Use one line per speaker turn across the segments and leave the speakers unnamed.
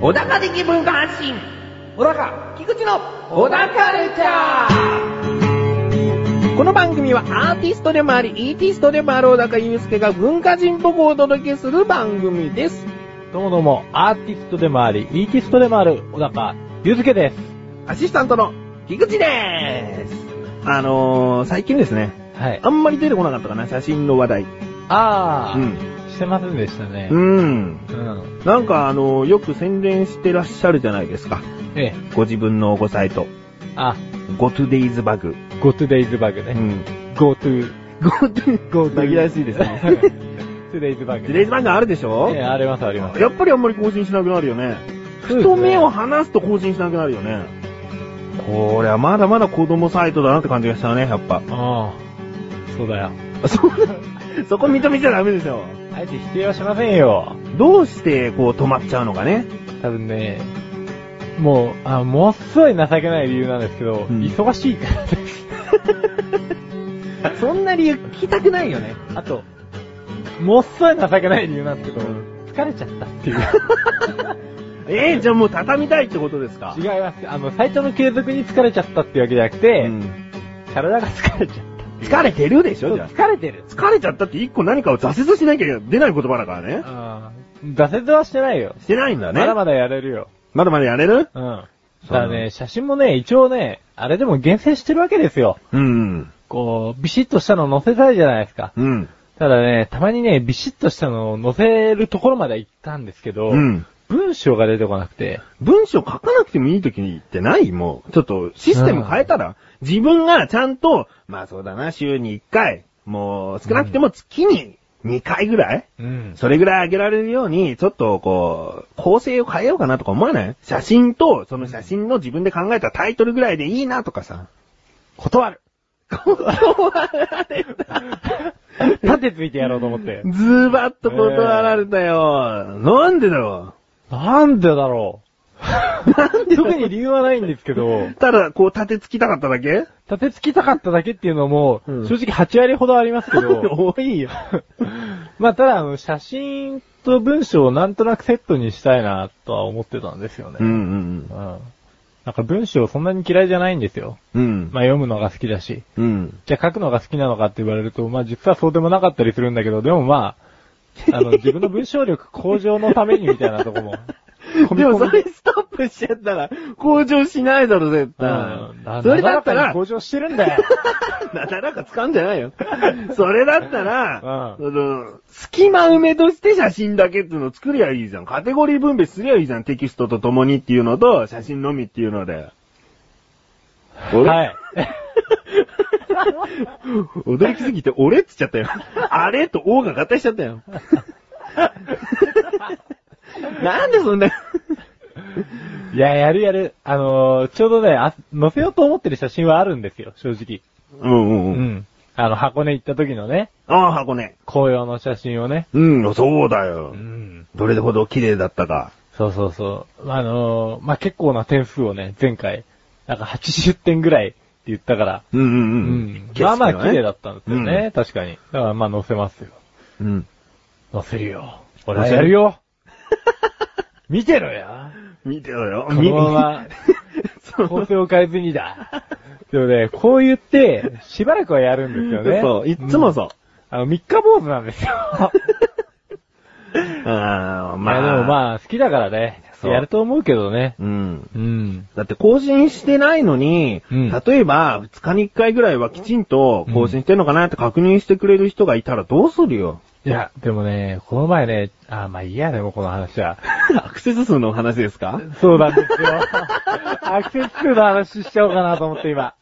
小高的文化発信小高菊池の小高カルチャーこの番組はアーティストでもあり、イーティストでもある小高祐介が文化人っぽくお届けする番組です。
どうもどうも、アーティストでもあり、イーティストでもある、小高、ゆずけです。
アシスタントの菊池でーす。あのー、最近ですね、
はい。
あんまり出てこなかったかな、写真の話題。
あー、
うん。
してませんでしたね。
うん。
うん。
なんかあのー、よく宣伝してらっしゃるじゃないですか。
ええ。
ご自分のごサイト。
あ、
GoToDaysBug。
GoToDays バグ
う
ね。
ん。
GoTo。
GoTo、
GoTo。
紛らわしいです ね
Today's バ グ。
デイズバグあるでしょ、
ええ、ありますあります。
やっぱりあんまり更新しなくなるよね。
そうですね
ふと目を離すと更新しなくなるよね。これはまだまだ子供サイトだなって感じがしたね、やっぱ。
あー、そうだよ。
そ、そこ認めちゃダメでしょ。
あえて否定はしませんよ。
どうしてこう止まっちゃうのかね。
多分ね、もう、あ、ものすごい情けない理由なんですけど、
ん
忙しいからです。
そんな理由聞きたくないよね。
あと、ものすごい情けない理由なんですけど、疲れちゃったっていう。
ええじゃあもう畳みたいってことですか
違います。あの、サイトの継続に疲れちゃったっていうわけじゃなくて、
うん
体が疲れちゃった。
疲れてるでしょ、じゃあ。
疲れてる。
疲れちゃったって一個何かを挫折しなきゃ出ない言葉だからね。
挫折はしてないよ。
してないんだね。
まだまだやれるよ。
まだまだやれる
うん。
そう
ただね、写真もね、一応ね、あれでも厳選してるわけですよ。
うん。
こう、ビシッとしたの載せたいじゃないですか。
うん。
ただね、たまにね、ビシッとしたのを載せるところまでは行ったんですけど、
うん。
文章が出てこなくて、
文章書かなくてもいい時にってないもう。ちょっと、システム変えたら、自分がちゃんと、まあそうだな、週に1回、もう少なくても月に2回ぐらい、
うん。
それぐらい上げられるように、ちょっとこう、構成を変えようかなとか思わない写真と、その写真の自分で考えたタイトルぐらいでいいなとかさ。
断る。
断られた。
立てついてやろうと思って。
ズバッと断られたよ。なんでだろ
なんでだろ
う。なん
う。
でだろ
特
う
に理由はないんですけど、
ただ、こう、立てつきたかっただけ
立てつきたかっただけっていうのも、
うん
正直8割ほどありますけど、
多いよ。
まあただあの、写真と文章をなんとなくセットにしたいなとは思ってたんですよ
うん
ね。
うん
うん。なんか文章そんなに嫌いじゃないんですよ。
うん。うん。
まあ読むのが好きだし。
うん。
じゃあ書くのが好きなのかって言われると、まあ実はそうでもなかったりするんだけど、でもまあ、あの、自分の文章力向上のためにみたいなとこも。込み
で
込
も
み
それストップしちゃったら、向上しないだろ、絶
う
対
ん。あ。
それだった
なだかに
ら、
向上してるんだよ。
なだらか使うんじゃないよ。 それだったら、
う
その隙間埋めとして写真だけっていうのを作りゃいいじゃん。カテゴリー分別すりゃいいじゃん。テキストと共にっていうのと、写真のみっていうので。
は
俺、
い。
驚きすぎて、俺っつっちゃったよ。あれと王が合体しちゃったよ。なんでそんな。
いや、やるやる。あのーちょうどね、あ、載せようと思ってる写真はあるんですよ、正直。
うんう
うん
うん。
ん。あの、箱根行った時のね、
ああ、箱根。
紅葉の写真をね。
うん、そうだよ。
ん。
どれほど綺麗だったか。
そうそうそう。あのーまあ、結構な点数をね、前回、なんか80点ぐらいって言ったから。
うんうん
うまあまあ綺麗だったんですよね、
うん
確かに。だからまあ載せますよ。
た。うん。
載せるよ。俺はやる よ。見てろよ。
見てろよ。
このまま、
そう
構成を変えずにだ。でもね、こう言って、しばらくはやるんですよね。
そう、いっつもそう。
あの、三日坊主なんですよ。
ああ、
ま
ま
あ
あ。
でもまあ、好きだからね。
そう
やると思うけどね。
うん。
うん。
だって更新してないのに、
うん
例えば2日に1回ぐらいはきちんと更新してんのかなって確認してくれる人がいたらどうするよ。
いや、でもね、この前ね、あ、まあいいや、でもこの話は。
アクセス数の話ですか
そうなんですよ。 アクセス数の話しちゃおうかなと思って今。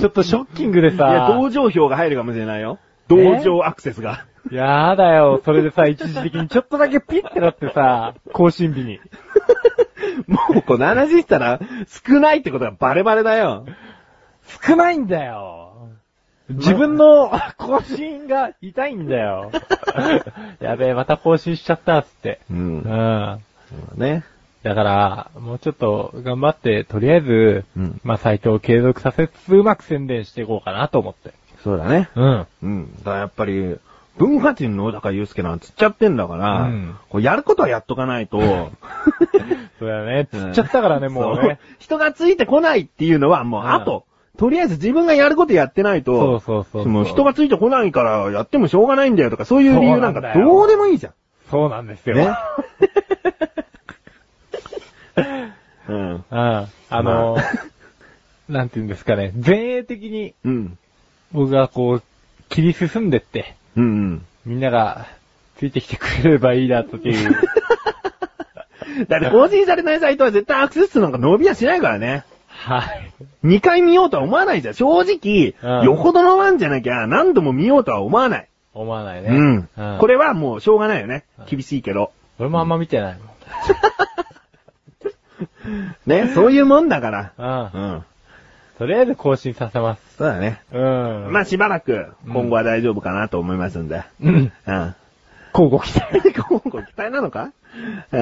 ちょっとショッキングで
いや、
さ。
同情票が入るかもしれないよ。同情アクセスが。
やだよ。それでさ、一時的にちょっとだけピッてなってさ、更新日に。
もうこの話したら少ないってことがバレバレだよ。
少ないんだよ。自 分の更新が痛いんだよ。やべえ、また更新しちゃったっつって。
う。
うんん。
ね。
だから、もうちょっと頑張って、とりあえず、
うん
まあ、サイトを継続させつつ、うまく宣伝していこうかなと思って。
そうだね。
うん。
うん。だからやっぱり、文化人の小高祐介なんつっちゃってんだから、
うん
こうやることはやっとかない と、
そうだね。つっちゃったからね、もうね。
そ 人がついてこないっていうのはもう
うん
後。とりあえず自分がやることやってないと、
そうそうそうそう
も人がついてこないからやってもしょうがないんだよとか、そういう理由なんか
そうなんだよ
どうでもいいじゃ
そうなんです
ん。
よ。
ね。 うん。
うん。あの、
まあ
なんて言うんですかね。前衛的に
うん。
僕がこう、切り進んでって、
うんうん。
みんながついてきてくれればいいなという。
だって更新されないサイトは絶対アクセス数なんか伸びやしないからね。
はい。
2回見ようとは思わないじゃん。正直、
うん
よほどのワンじゃなきゃ何度も見ようとは思わない。
思わないね。
うん。こ
これ、
れはもうしょうがないよね
うん。
厳しいけど。
俺もあんま見てないもん。
ね、そういうもんだから。
うん
う。ん。
とりあえず更新させます。
そうだね。
うん。
まあしばらく
うん
今後は大丈夫かなと思いますんで。
うん。
うん。
交互期待。
今後期待なのかうん。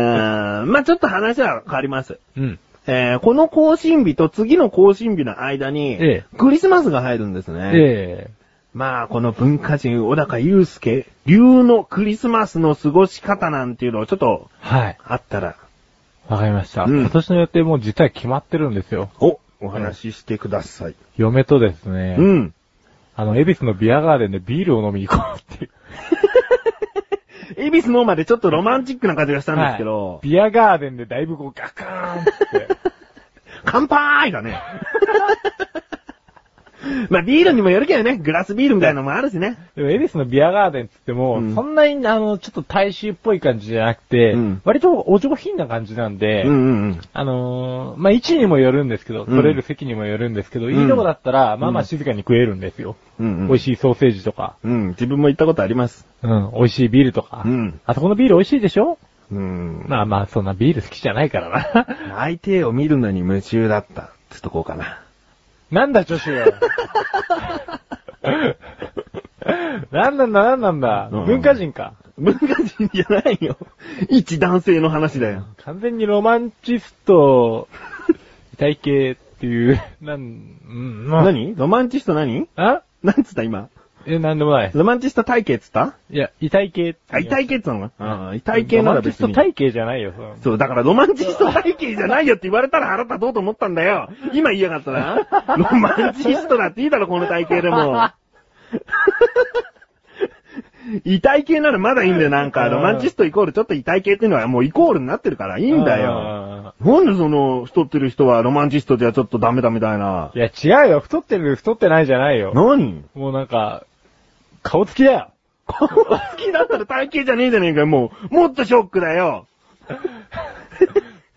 まあちょっと話は変わります。
うん。
えー、この更新日と次の更新日の間に
え、
クリスマスが入るんですね。
ええ。
まあ、この文化人、小高祐介、流のクリスマスの過ごし方なんていうのをちょっと、
はい。
あったら、
わかりました。
うん
今年の予定もう実は決まってるんですよ。
お、お話ししてください。
嫁とですね、
うん。
あの、恵比寿のビアガーデンでビールを飲みに行こうっていう。
エビスの方までちょっとロマンチックな感じがしたんですけ
はい
ど、
ビアガーデンでだいぶこうガカー ンって。
乾杯だね。 まあ、ビールにもよるけどね、グラスビールみたいなのもあるしね。
でも、エビスのビアガーデンって言っても、
うん
そんなに、あの、ちょっと大衆っぽい感じじゃなくて、
うん
割とお上品な感じなんで、
うんうんうん。
あのーまあ、位置にもよるんですけど、
うん
取れる席にもよるんですけど、
ん
いいとこだったら、まあまあ静かに食えるんですよ。
うんうん
美味しいソーセージとか、
うん、自分も行ったことあります。
うん、美味しいビールとか、
うん
あそこのビール美味しいでしょ
うん。
まあまあ、そんなビール好きじゃないからな。
相手を見るのに夢中だった。つっとこうかな。
なんだ、女子よ。なんなんだ、なんなんだ。
うん
文化人か。
文化人じゃないよ。 一男性の話だよ。
完全にロマンチスト、体系っていう、なん、うん、まあ
何ロマンチスト何
あ
なんつった今。
え、なんでもない。
ロマンチスト体型っつった
いや、異体系って
あ、
言い
異
ます。
体系っつったのかうん、異体系なら別
ロマ
に
ンチスト。体系じゃないよ。その
そう、だからロマンチスト体型じゃないよって言われたら腹立とうと思ったんだよ。今言いやがったな。 ロマンチストだっていいだろ、この体型で も。異体系ならまだいいんだよ、なんか。
うん
ロマンチストイコールちょっと異体系っていうのはもうイコールになってるからいいんだよ。
あ
なんでその、太ってる人はロマンチストじゃちょっとダメだみたいな
ー。いや、違うよ。太ってる、太ってないじゃないよ。
何
もうなんか、顔つきだよ。
顔好きだったら体型じゃねえじゃねえかよ、もう。もっとショックだよ。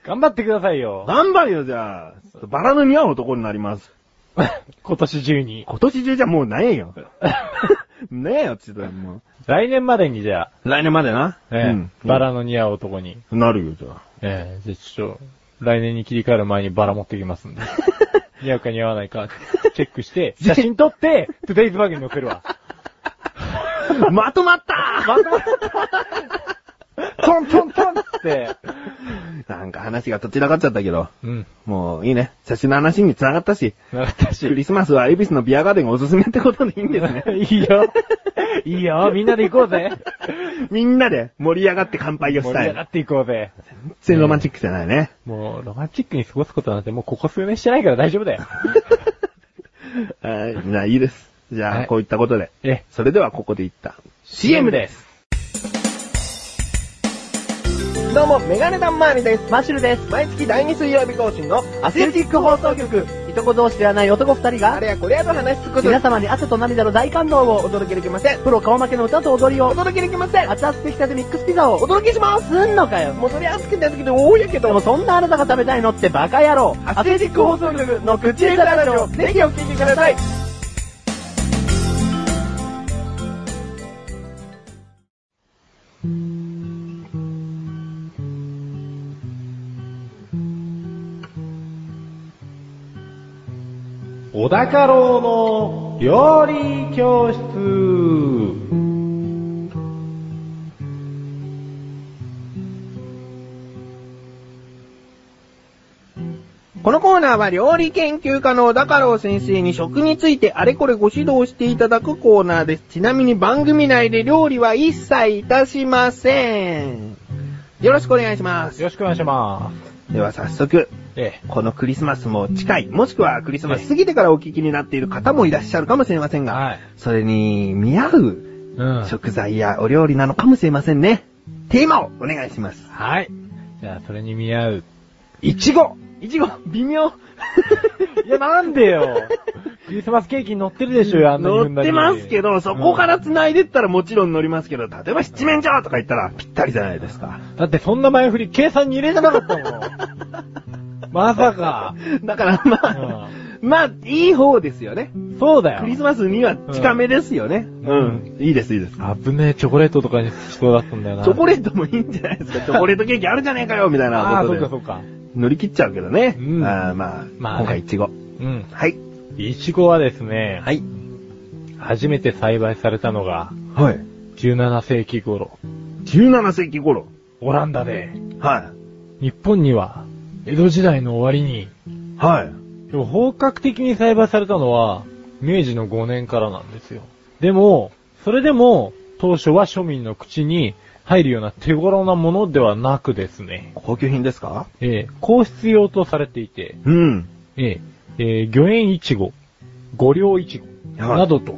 頑張ってくださいよ。
頑張るよ、じゃあ。バラの似合う男になります。
今年中に。
今年中じゃもうない よ。ねえよ、ちょっとも
来年までにじゃあ、
う。来年までな。
ええバ。ラの似合う男に。
なるよ、じゃあ。
ええじゃあちょっと、来年に切り替える前にバラ持ってきます んで。似合うか似合わないか、チェック して、写真撮って、トゥデイズバーグに載せるわ。
まとまった
まとまった トントントンって。
なんか話がとちらかっちゃったけど。
うん。
もういいね。写真の話に繋がったし。
なかったし。
クリスマスは恵比寿のビアガーデンがおすすめってことでいいんです ね。
いいよ。いいよ。みんなで行こうぜ。
みんなで盛り上がって乾杯をし
盛
た
り
い。
上がっていこうぜ。
全然ロマンチックじゃない ね。
もう、ロマンチックに過ごすことなんてもうここ数年してないから大丈夫 だよ。
はい、じゃあいいです。じゃあ、
はい
こういったことで。
ええ、
それではここで一旦 CM です。
どうも、メガネタンマーニです。マシュルです。毎月第2水曜日更新のアスレチック放送局。
いとこ同士ではない男二人
あ
が、
れやこれやと話しつくこと
皆様に汗と涙の大感動
お
を、
届けできません。
プロ顔負けの歌と踊り
お
を、
届けできません。
熱々できたてミックスピザ
お
を、
届けします。
すんのかよ。
もうそれ熱くて熱くて多いやけ
でも
ど、
そんなあなたが食べたいのってバカ野郎。
アスレチック放送局の口枝ラジオ、ぜひお聞きください。
小高郎の料理教室。
このコーナーは料理研究家の小高郎先生に食についてあれこれご指導していただくコーナーです。ちなみに番組内で料理は一切いたしません。よろしくお願いします
よ。ろしくお願いします。
では早速、
え
このクリスマスも近い、もしくはクリスマス過ぎてからお聞きになっている方もいらっしゃるかもしれません
え。
が、
はい。
それに見合う
うん。
食材やお料理なのかもしれませんね。テーマをお願いします。
はい。じゃあ、それに見合う。
いちご
いちご微妙いや、なんでよ。クリスマスケーキに乗ってるでしょよ、あんなにふん
乗
だ
っ
り
て
に
ますけど、そこから繋いでったらもちろん乗りますけど、例えば七面鳥とか言ったらぴったりじゃないですか。
だってそんな前振り計算に入れてなかったもん。まさか。
だからまあ、まあ、いい方ですよね。
そうだ
クリ
よ。
スマスには近めですよね。
うん。いいです、いいです。
あぶねえ、チョコレートとかにしそうだったんだよな。
チョコレートもいいんじゃないで すか。
チョコレートケーキあるじゃねえかよ、みたい
あ
な
あ、
こと
そっか
で
そ。っか。
乗り切っちゃうけどね。
うん
あーまあ、
まあね
今回イチゴ。
うん。
はい。
いちごはですね、
はい。
初めて栽培されたのが
はい。
17世紀頃、
17世紀頃。
オランダで、
は
日本には江戸時代の終わりに、
い。はい。
でも本格的に栽培されたのは明治の5年からなんですよ。でも、それでも当初は庶民の口に入るような手頃なものではなくですね、
高級品ですか
えー、皇室用とされていて、
うん。
えー、えー、魚園いちご、五稜いちご、
はい
などと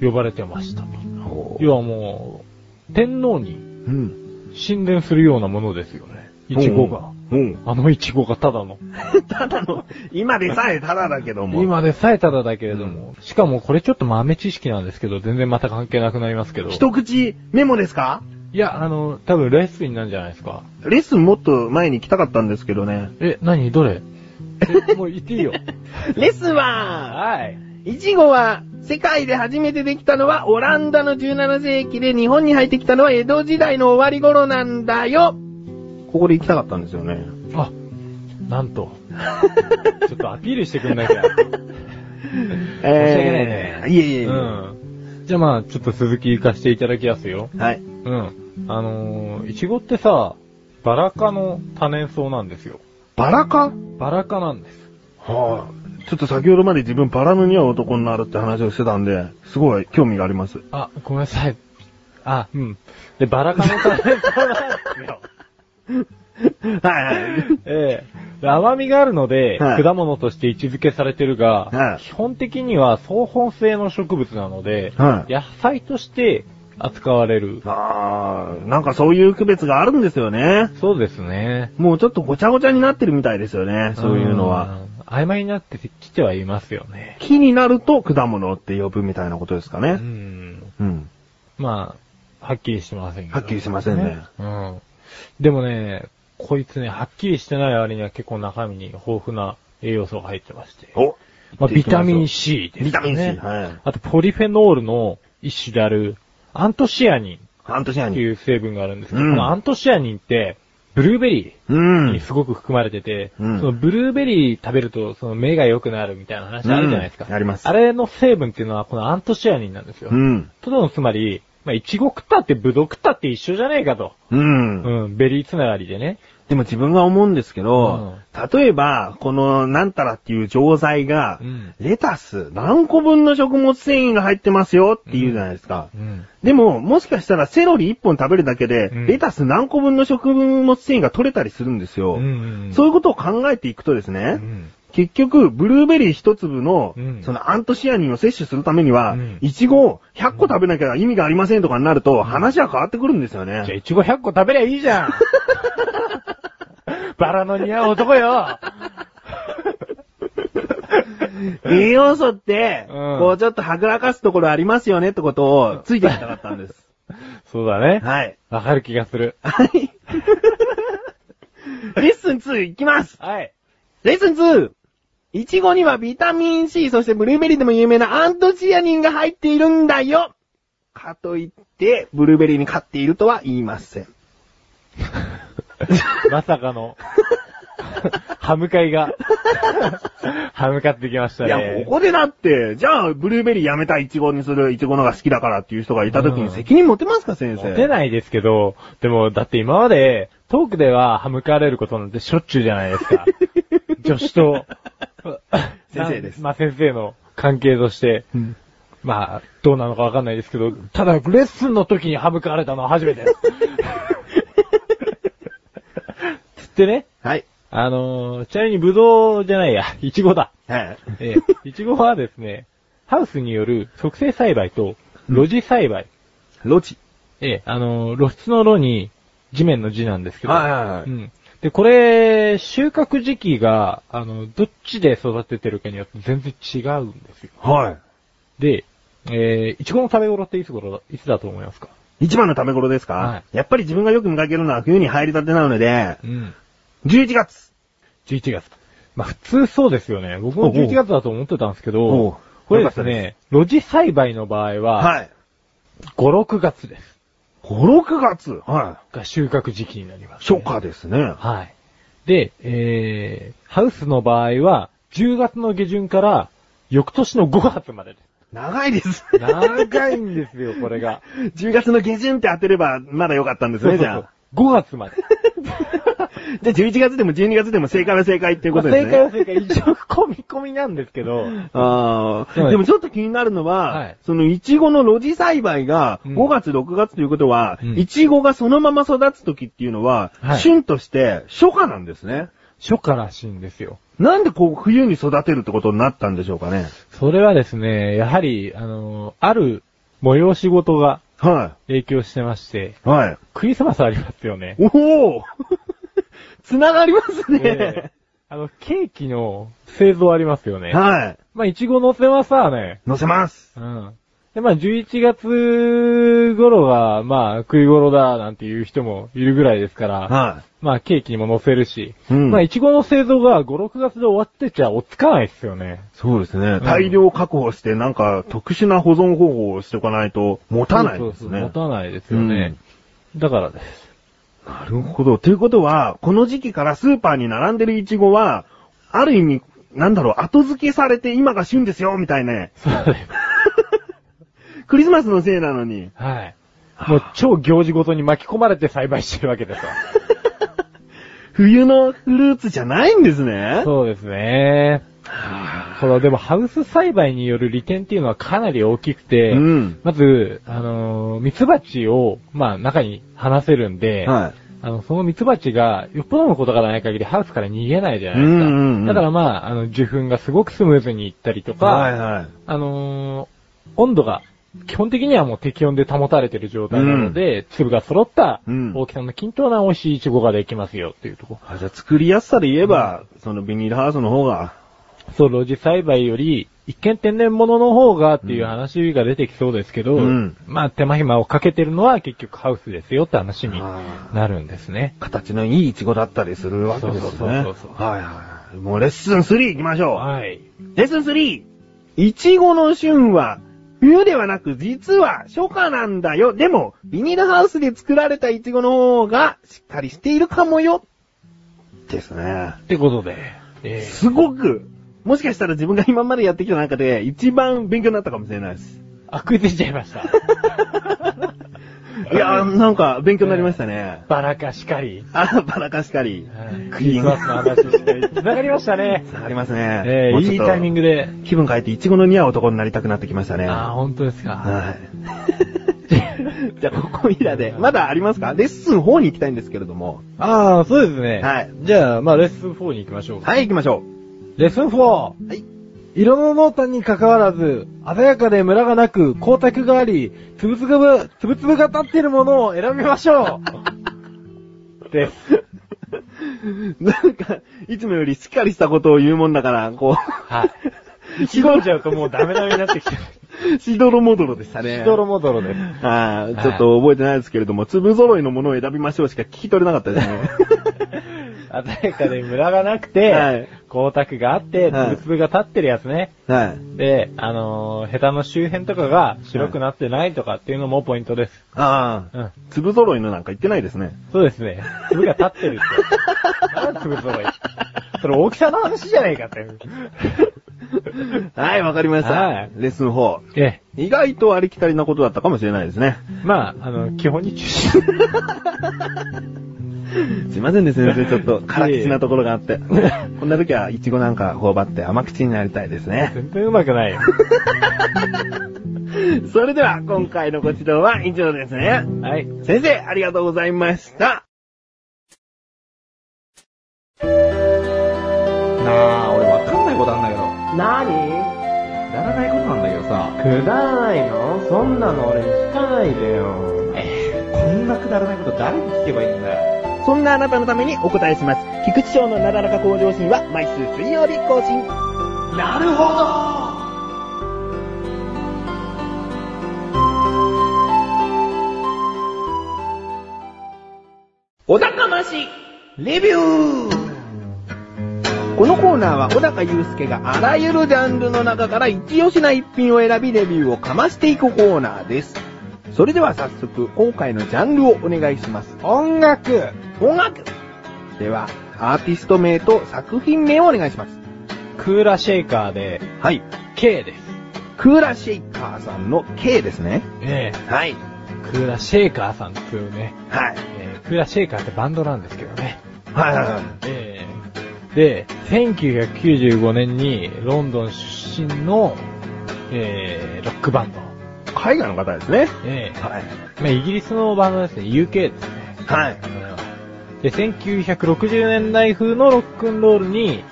呼ばれてましたと。
ほ
要はもう、天皇に
う。うん。
神殿するようなものですよね。いちごが。
うん。
あのいちごがただの。
ただの、今でさえただだけども。。
今でさえただだけれども。しかもこれちょっと豆知識なんですけど、全然また関係なくなりますけど。
一口メモですか
いや、あの、多分レッスンになるんじゃないですか。
レッスンもっと前に来たかったんですけどね。
え、何どれえ もう言っていいよ。
レスは、
はい。
いちごは、世界で初めてできたのはオランダの17世紀で日本に入ってきたのは江戸時代の終わり頃なんだよ
ここで行きたかったんですよね。
あ、なんと。 ちょっとアピールしてくんなきゃ。
申し
申し訳ないね。
いえいえいえ。
うん。じゃあまあ、ちょっと続き行かせていただきますよ。
はい。
うん。あのー、いちごってさ、バラ科の多年草なんですよ。
バラか
バラ科なんです。
はあ、ちょっと先ほどまで自分バラの似合う男になるって話をしてたんで、すごい興味があり ます。
あ、ごめんなさい。あ、うん。で、バラ科の多年草なんですよ。
はいはい。
ええで甘みがあるので、
はい
果物として位置づけされてるが、
はい
基本的には草本性の植物なので、
はい
野菜として扱われる。
あー、なんかそういう区別があるんですよね。
そうですね。
もうちょっとごちゃごちゃになってるみたいですよね、そういうのは。
ん。曖昧になってきてはいますよね。
木になると果物って呼ぶみたいなことですか
う
ね。
ん。
うん。
まあ、はっきりしてませんけど。
はっきりしませんね。
うん。でもね、こいつね、はっきりしてない割には結構中身に豊富な栄養素が入ってまして。
お
まあ、ビタミン
C。
C ですね。
ビタミン C。はい。
あと、ポリフェノールの一種である、アントシアニン
半年前
って
に。
いう成分があるんですけど、
うん
このアントシアニンって、ブルーベリ
う
ーに
ん。
すごく含まれてて、
うん
そのブルーベリー食べると、その目が良くなるみたいな話あるじゃないですか。
うんあります
あれの成分っていうのは、このアントシアニンなんですよ。
うん。
とどのつまり、まあ、イチゴ食ったってブドウ食ったって一緒じゃねえかと。
うん。
うん、ベリーつながりでね。
でも自分は思うんですけど、例えば、このなんたらっていう錠剤が、
うん
レタス何個分の食物繊維が入ってますよって言うじゃないですか。
うん。
でも、もしかしたらセロリ1本食べるだけで、
うん
レタス何個分の食物繊維が取れたりするんですよ。
うん
そういうことを考えていくとです
う
ね、
ん。
結局、ブルーベリー一粒の、
うん
そのアントシアニンを摂取するためには
うん、
イチゴを100個食べなきゃ意味がありませんとかになると、話は変わってくるんですよね。
じゃあ、いちご100個食べりゃいいじゃんバラの似合う男よ
栄養素って、
うん
こうちょっとはぐらかすところありますよねってことをついてきたかったんです。
そうだね。
はい。
わかる気がする。
はい。 レッスン2いきます
はい。
レッスン 2! いちごにはビタミン C、そしてブルーベリーでも有名なアントシアニンが入っているんだよ
かといって、ブルーベリーに勝っているとは言いません。
まさ かの、歯向かいが、歯向かってきました
い
ね。
や、ここでだって、じゃあ、ブルーベリーやめたいイチゴにする、イチゴのが好きだからっていう人がいた時
うん
に責任持てますか、先生。
持てないですけど、 でも、だって今まで、トークでは歯向かわれることなんてしょっちゅうじゃないですか。女子と、
先生です
なまあ先生の関係として、
うん
まあ、どうなのかわかんないですけど、ただ、レッスンの時に省かれたのは初 めて。つってね、
はい。
あのーちなみにブドウじゃないや、イチゴだ。
はい。
えー、イチゴはですね、ハウスによる促成栽培と、露地栽培。
ロチ。
えー、あのー露出の露に、地面の地なんですけど、
いは
うん。で、これ、収穫時期が、あの、どっちで育ててるかによって全然違うんですよ。
は
で、えー、いちごの食べ頃っていつ頃だ、いつだと思いますか
い。一番のため頃ですか、
はい
やっぱり自分がよく見かけるのは冬に入りたてなので、
うん。
11月。
11月。まあ、普通そうですよね。僕も11月だと思ってたんです
お
け
う
ど、これです
よ
ね、露地栽培の場合は、
い。
5、6月です。
5、6月。は
が収穫時期になりま
い。
す、
初夏ですね。
はい。で、えー、ハウスの場合は、10月の下旬から、翌年の5月までです。
長いです。
長いんです よ、これが。
10月の下旬って当てれば、まだ良かったんですね、じ ゃあ。
5月まで。
じゃあ11月でも12月でも正解は正解っていうことです
正
ね。
解は正解。一応込み込みなんですけ ど、
あ
は
あ。
い
でもちょっと気になるのは、
はい
そのイチゴの露地栽培が
うん
5月6月ということは、
うん
イチゴがそのまま育つ時っていうのは、
はい
旬として初夏なんですね。
初夏らしいんですよ。
なんでこう冬に育てるってことになったんでしょうかね。
それはですね、やはり、あの、ある催し事が
は
影響してまして、
い。はい。
クリスマスありますよね。
お おつながります
えー
ね。
あの、ケーキの製造ありますよね。
はい。
まあ、いちご乗せはさ、ね。
乗せます。
うん。で、まあ、11月頃は、まあ、食い頃だ、なんていう人もいるぐらいですから、
は
まあ、ケーキにも乗せるし、
い。うん
まあ、いちごの製造が5、6月で終わってちゃ落ち着かないっすよね。
そうですね。
ん
大量確保して、なんか、特殊な保存方法をしておかないと、持たない
そう
です
そう
ね。
そう持たないですよね。だからです。
なるほど。ということは、この時期からスーパーに並んでるイチゴは、ある意味、なんだろう、後付けされて今が旬ですよ、みたいな。
そうです。
クリスマスのせいなの に。
はい。もう超行事ごとに巻き込まれて栽培してるわけですわ。
冬のフルーツじゃないんですね。
そうですね。
は
このでもハウス栽培による利点っていうのはかなり大きくて、
ぁうん。
まず、あのー、ミツバチを、まあ中に放せるんで、
は
あの、そのミツバチが、よっぽどのことがない限りハウスから逃げないじゃないですか。
うんうんうん
だからまあ、あの、受粉がすごくスムーズにいったりと
い。
か、
はいはい。
あのー温度が、基本的にはもう適温で保たれてる状態なので、粒が揃った
うん
大きさの均等な美味しいイチゴができますよっていうとこ。
あじゃあ作りやすさで言えば、そのビニールハウスの方が。
そう、露地栽培より、一見天然物の方がっていう話が出てきそうですけど、
うん
まあ手間暇をかけてるのは結局ハウスですよって話に
あ
なるんですね。
形のいいイチゴだったりするわけですね。
そうそうそうそう
はいはい。もうレッスン3行きましょう。
はい。
レッスン 3! いちごの旬は、冬ではなく実は初夏なんだよ。でも、ビニールハウスで作られたいちごの方がしっかりしているかもよ。ですね。
ってことで、え
すごく、もしかしたら自分が今までやってきた中で一番勉強になったかもしれないです。
ー、あ、食いついちゃいま した。
いやー、なんか勉強になりましたね。
バラかしかり、
あ、バラかしかり。
はいクリスマスの話しかり、繋がりましたね。
下がりますね。
えー、いいタイミン
グ。
グで、
気分変えてイチゴの似合う男になりたくなってきましたね。
ああ、本当ですか。
はい。じゃあ、ここいらで。まだありますかレッスン4に行きたいんですけれども。
ああ、そうですね。
はい。
じゃあ、まあ、レッスン4に行きましょう。
はい、行きましょ
レッスン 4!
はい。
色の濃淡に関わらず、鮮やかでムラがなく、光沢があり、つぶつぶ、つぶつぶが立っているものを選びましょ うです。
う。 なんか、いつもよりしっかりしたことを言うもんだから、こ
はい。ひどちゃうともうダメダメになってきてる。
う、しどろもどろでした ね。
しどろもどろです。
はい、ちょっと覚えてないですけれども、粒揃いのものを選びましょうしか聞き取れなかったです ね。
鮮やかでムラがなくて、
はい
光沢があって、つ
はい
ぶつぶが立ってるやつね。
はい。
で、あのー、ヘタの周辺とかが白くなってないとかっていうのもポイントです。
ああ、
うん。
粒揃いのなんか言ってないですね。
そうですね。粒が立ってるって。なんだ粒揃い。それ大きさの話じゃないかって。
はい、わかりました。
はい
レッスン4。
ええ。
意外とありきたりなことだったかもしれないですね。
まあ、あの、基本に中心。
すいませんね、先生。ちょっと辛口なところがあって。 こんな時は、イチゴなんか頬張って甘口になりたいですね。
全然うまくないよ。
それでは、今回のご指導は以上ですね。
はい。
先生、ありがとうございました。
なあ、俺わかんないことあんだけど。
なに
くだらないことなんだけどさ。
くだらないのそんなの俺に聞かないでよ。
えーこんなくだらないこと誰に聞けばいいんだよ。
そんなあなたのためにお答えします。菊池賞のなだらか向上心は毎週水曜日更新。
なるほど
お高まし、レビュー
このコーナーは小高祐介があらゆるジャンルの中から一押しな一品を選びレビューをかましていくコーナーです。それでは早速、今回のジャンルをお願いします。
音楽
音楽では、アーティスト名と作品名をお願いします。
クーラシェイカーで、
はい。
K です。
クーラシェイカーさんの K ですね。
ええ
はい。
クーラシェイカーさんっていうね、
はい。
えークーラシェイカーってバンドなんですけどね。
はいはいはい。
ええで、1995年にロンドン出身の、ええロックバンド。
海外の方ですね。
ええ
はい。
まあ、イギリスのバンドですね。UK ですね。
はい。
これはで、1960年代風のロックンロールに、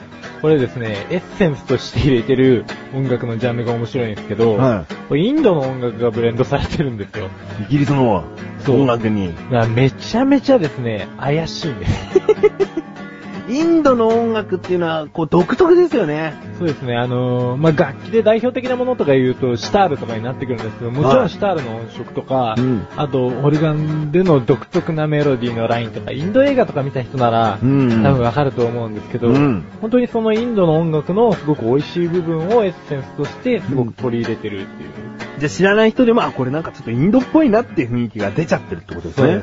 これですね、エッセンスとして入れてる音楽のジャンルが面白いんですけど、
は
これインドの音楽がブレンドされてるんですよ。
イギリスの
そう
音楽に。
だからめちゃめちゃですね、怪しいん です。
インドの音楽っていうのは、こう、独特ですよね。
そうですね、あのーまあ、楽器で代表的なものとか言うと、シタールとかになってくるんですけど、もちろ
はい
んシタールの音色とか、
うん
あと、オルガンでの独特なメロディーのラインとか、インド映画とか見た人なら、
ん
多分わかると思うんですけど、
うん
本当にそのインドの音楽のすごく美味しい部分をエッセンスとしてすごく取り入れてるっていう。
じゃあ知らない人でも、あ、これなんかちょっとインドっぽいなっていう雰囲気が出ちゃってるってことですね。ん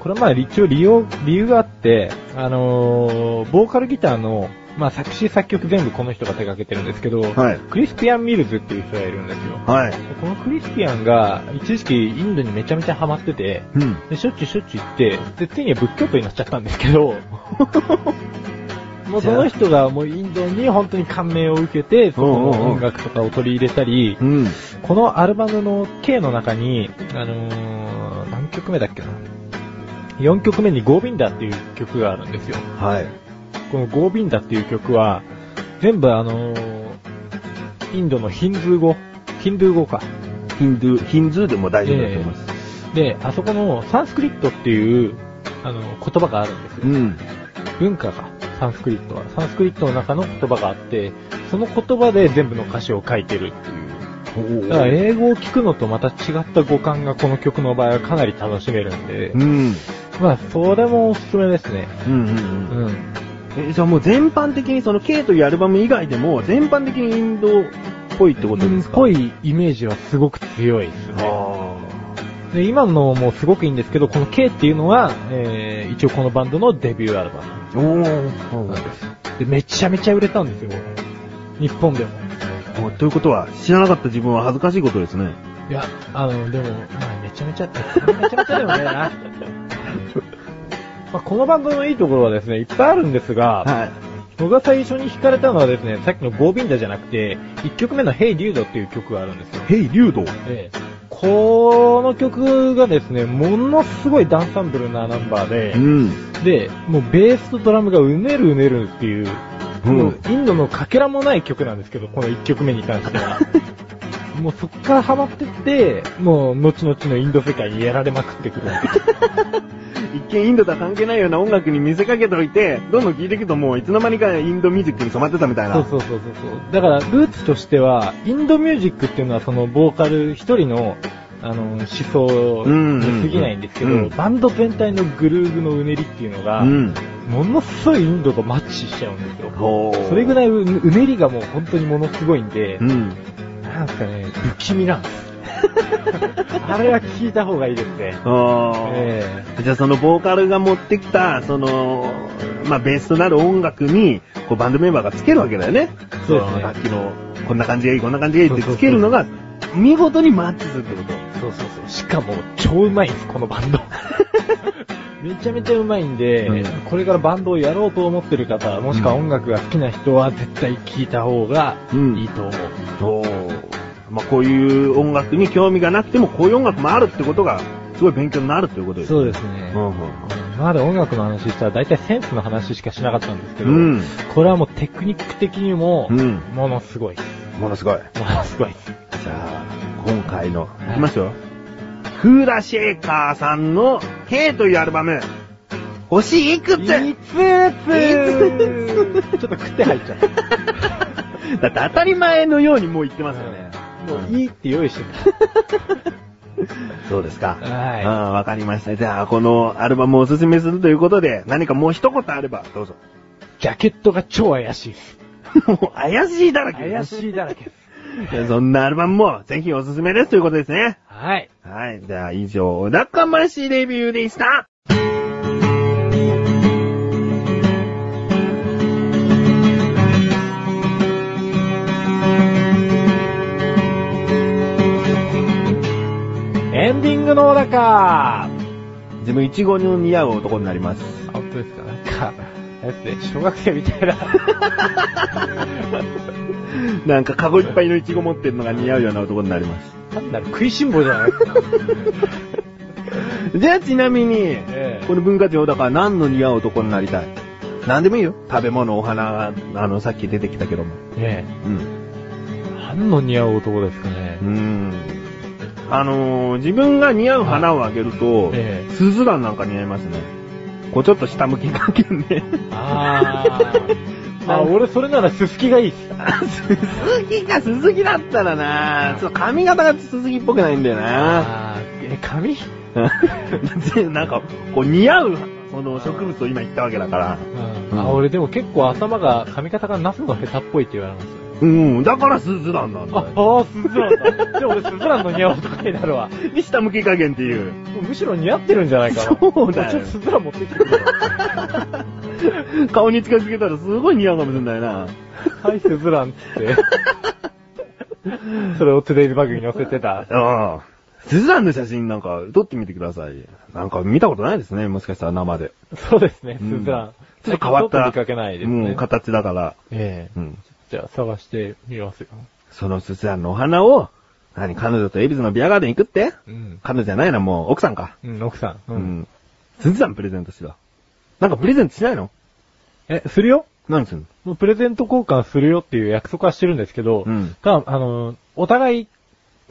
これはまあ一応理由理由があって、あのーボーカルギターの、まあ作詞作曲全部この人が手掛けてるんですけど、
はい
クリスピアン・ミルズっていう人がいるんですよ。
はい。
でこのクリスピアンが一時期インドにめちゃめちゃハマってて、
うん。
でしょっちゅうしょっちゅう行って、で、ついには仏教徒になっちゃったんですけど、 もうその人がもうインドに本当に感銘を受けて、その音楽とかを取り入れたり
う、ん。
このアルバムの K の中に、あのー、何曲目だっけな。4曲目にゴービンダっていう曲があるんですよ。
はい。
このゴービンダっていう曲は、全部あのー、インドのヒンズー語、ヒンドゥー語か。
ヒンドゥー、ヒンズーでも大丈夫だと思います。
で、あそこのサンスクリットっていう、あの、言葉があるんですよ。
うん。
文化が、サンスクリットは。サンスクリットの中の言葉があって、その言葉で全部の歌詞を書いてるっていう。だから英語を聞くのとまた違った語感がこの曲の場合はかなり楽しめるんで
う、ん。
まあ、それもおすすめですね。
うんう
うんん。
うん。え、じゃあもう全般的にその K というアルバム以外でも、全般的にインドっぽいってことですか
ぽ。いイメージはすごく強いです
あ
ね。
あ。
で今のもすごくいいんですけど、この K っていうのは、えー、一応このバンドのデビューアルバム。
おー。
で、めちゃめちゃ売れたんですよ。日本でも。
おということは、知らなかった自分は恥ずかしいことですね。
いや、あの、でも、まあ、めちゃめちゃ、めちゃめちゃでもねえな。 まあ、このバンドのいいところはですね、いっぱいあるんですが、
はい。
僕が最初に惹かれたのはですね、さっきのゴービンダじゃなくて、1曲目の Hey Dude っていう曲があるんですよ。
ヘイ、リュウド。
ええこの曲がですね、ものすごいダンサンブルなナンバーで、
ん。
で、もうベースとドラムがうねるうねるっていう、
うん
もうインドのかけらもない曲なんですけど、この1曲目に関しては。もうそっからハマってって、もう後々のインド世界にやられまくってくるんですよ。
一見インドとは関係ないような音楽に見せかけておいて、どんどん聴いていくともういつの間にかインドミュージックに染まってたみたいな。
そうそうそうそうそう。だからルーツとしては、インドミュージックっていうのはそのボーカル一人の、あの、思想に過ぎないんですけど、
うんうんうんうん
バンド全体のグルーヴのうねりっていうのが、
ん。
ものすごいインドとマッチしちゃうんですよ。
ほ
それぐ
い。
らいううねりがもう本当にものすごいんで、
うん。
なんすかね、不気味なんです。 あれは聞いた方がいいですね。
あー
え
じゃあそのボーカルが持ってきた、その、まあベースとなる音楽に、こうバンドメンバーがつけるわけだよね。
そうですね
楽器の、こんな感じがいい、こんな感じがいいってつけるのが、見事にマッチするってこと。
えそうそうそう。しかも、超うまいんです、このバンド。めちゃめちゃうまいんで、
うん
これからバンドをやろうと思ってる方、もしくは音楽が好きな人は絶対聴いた方が
うん
いいと思う。
そう。まあ、こういう音楽に興味がなくても、こういう音楽もあるってことが、すごい勉強になるということです。
そうです
う
ね。
ん
まだ音楽の話したら大体センスの話しかしなかったんですけど、
うん
これはもうテクニック的にも
う、ん。うん。
ものすごいっす。
ものすごい。
ものすごいっす。
じゃあ、今回の、いきますよ。フーラシェーカーさんの K というアルバム、星いくつ
つちょっと食って入っちゃっ
だ
た。
って当たり前のようにもう言ってますよね。
もういいって用意して
そうですか。
た。はい。
ああ、わかりました。じゃあ、このアルバムをおすすめするということで、何かもう一言あれば、どうぞ。
ジャケットが超怪しいっす。
もう怪しいだらけ。
怪しいだらけっす。
そんなアルバムも、ぜひおすすめですということですね。
はい。
はい。じゃあ、以上、おだかましレビューでした。
エンディングのおだか
自分、イチゴに似合う男になります。
本当ですかなんか、あれですね、小学生みたい な。
なんか、カゴいっぱいのイチゴ持ってるのが似合うような男になります。
単なる食いしん坊じゃないですか。
じゃあ、ちなみに、
ええ
この文化庁だから何の似合う男になりたい何でもいいよ。食べ物、お花、あの、さっき出てきたけども。
ね
うん。
え、何の似合う男ですかね
う。ん。あのー自分が似合う花をあげると、
ええ
スズランなんか似合いますね。こうちょっと下向きなけどね。
あー。 あ、俺それならすすきがいいっす。
鈴木か鈴木だったらなちょっと髪型が鈴木っぽくないんだよな
あー、え、髪
なんか、こう似合う、その植物を今言ったわけだから。
うん。あ、俺でも結構頭が、髪型がナスの下手っぽいって言われますよ。
うん、だからスズランなん
あ、
だ
あ
よ。
ー、スズラン だ。じゃあ俺スズランの似合う男になるわ。
で、下向き加減っていう。
むしろ似合ってるんじゃないかな。
そうだよ
ちょっとスズラン持ってきてくれ。
顔に近づけたらすごい似合うかもしれないな。
はい、スズランっつって。それをトゥデイズバグに載せてた。
ああ。スズランの写真なんか撮ってみてください。なんか見たことないですね、もしかしたら生で。
そうですね、
うん
スズラン。
ちょっと変わった。
見かけないです
う
ね
ん、。形だから。
ええ。
うん。
じゃあ探してみますよ。
そのスズランのお花を、何、彼女とエビスのビアガーデン行くって
うん。
彼女じゃないな、もう奥さんか。
うん、奥さん。
う。ん。スズランプレゼントしろ。なんかプレゼントしないの
え、するよ
何すんの
もうプレゼント交換するよっていう約束はしてるんですけど、
うん
ただ、あの、お互い、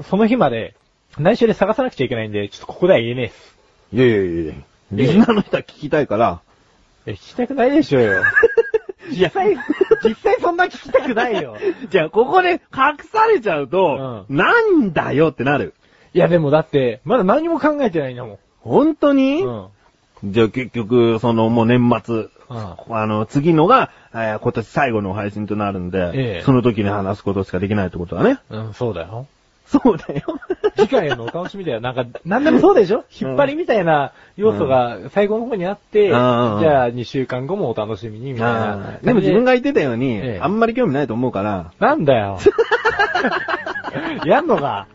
その日まで、内緒で探さなくちゃいけないんで、ちょっとここでは言えねえっす。
いやいやいやいや。リスナーの人は聞きたいから。
え、聞きたくないでしょう よ。実際、実際そんな聞きたくないよ。
じゃあ、ここで隠されちゃうと、なんだよってなる。
いやでもだって、まだ何も考えてないんだもん。
本当に
うん。
じゃあ結局、そのもう年末、
あ
あの、次のが、えー今年最後の配信となるんで、
ええ
その時に話すことしかできないってことだね。
うん、そうだよ。
そうだよ。
次回のお楽しみだよ。なんか、 なんでもそうでしょ引っ張りみたいな要素が最後の方にあって、
うん
じゃあ2週間後もお楽しみにみたいな
あ。ーでも自分が言ってたように、
ええ
あんまり興味ないと思うから、
なんだ よ。やんのか。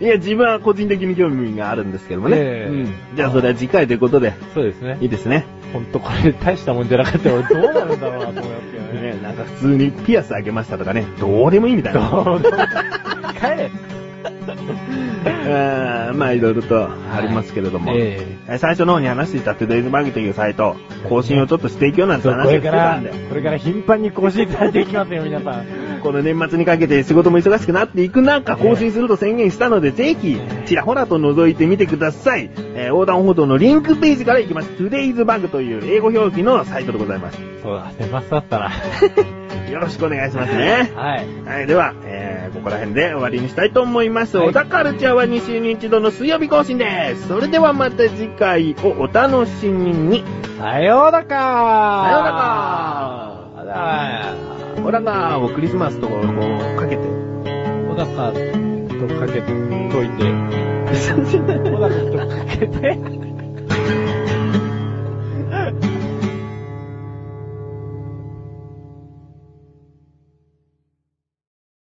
いや、自分は個人的に興味があるんですけどもね。
ええ
うんじゃあ、それは次回ということで、
そうですね
い。いですね。
ほんとこれ大したもんじゃなかったら俺どうなるんだろうなと思いますけどね。
ねなんか普通にピアスあげましたとかね、どうでもいいみたいな。
どうどう帰れ。
あーまあいろいろとありますけれども、
え
えー最初の方に話していた Today's Mag というサイト、更新をちょっとしていくようなんて
そう
話
こ
を
れ
して
から
たんで、、
これから頻繁に更新されていきますよ、皆さん。
この年末にかけて仕事も忙しくなっていく中、更新すると宣言したので、ぜひ、ちらほらと覗いてみてください。えー横断歩道のリンクページから行きます。Today's Bug という英語表記のサイトでございます。
そうだ、出ますだったな。
よろしくお願いしますね。
はい。
はい、では、えーここら辺で終わりにしたいと思います。
はい
小田カルチャーは2週に1度の水曜日更新です。それではまた次回をお楽しみに。
さようだか
さようなら
うだか
ほらな、もうクリスマスとこうかけて。
小 高とかけといて。小高とかけて。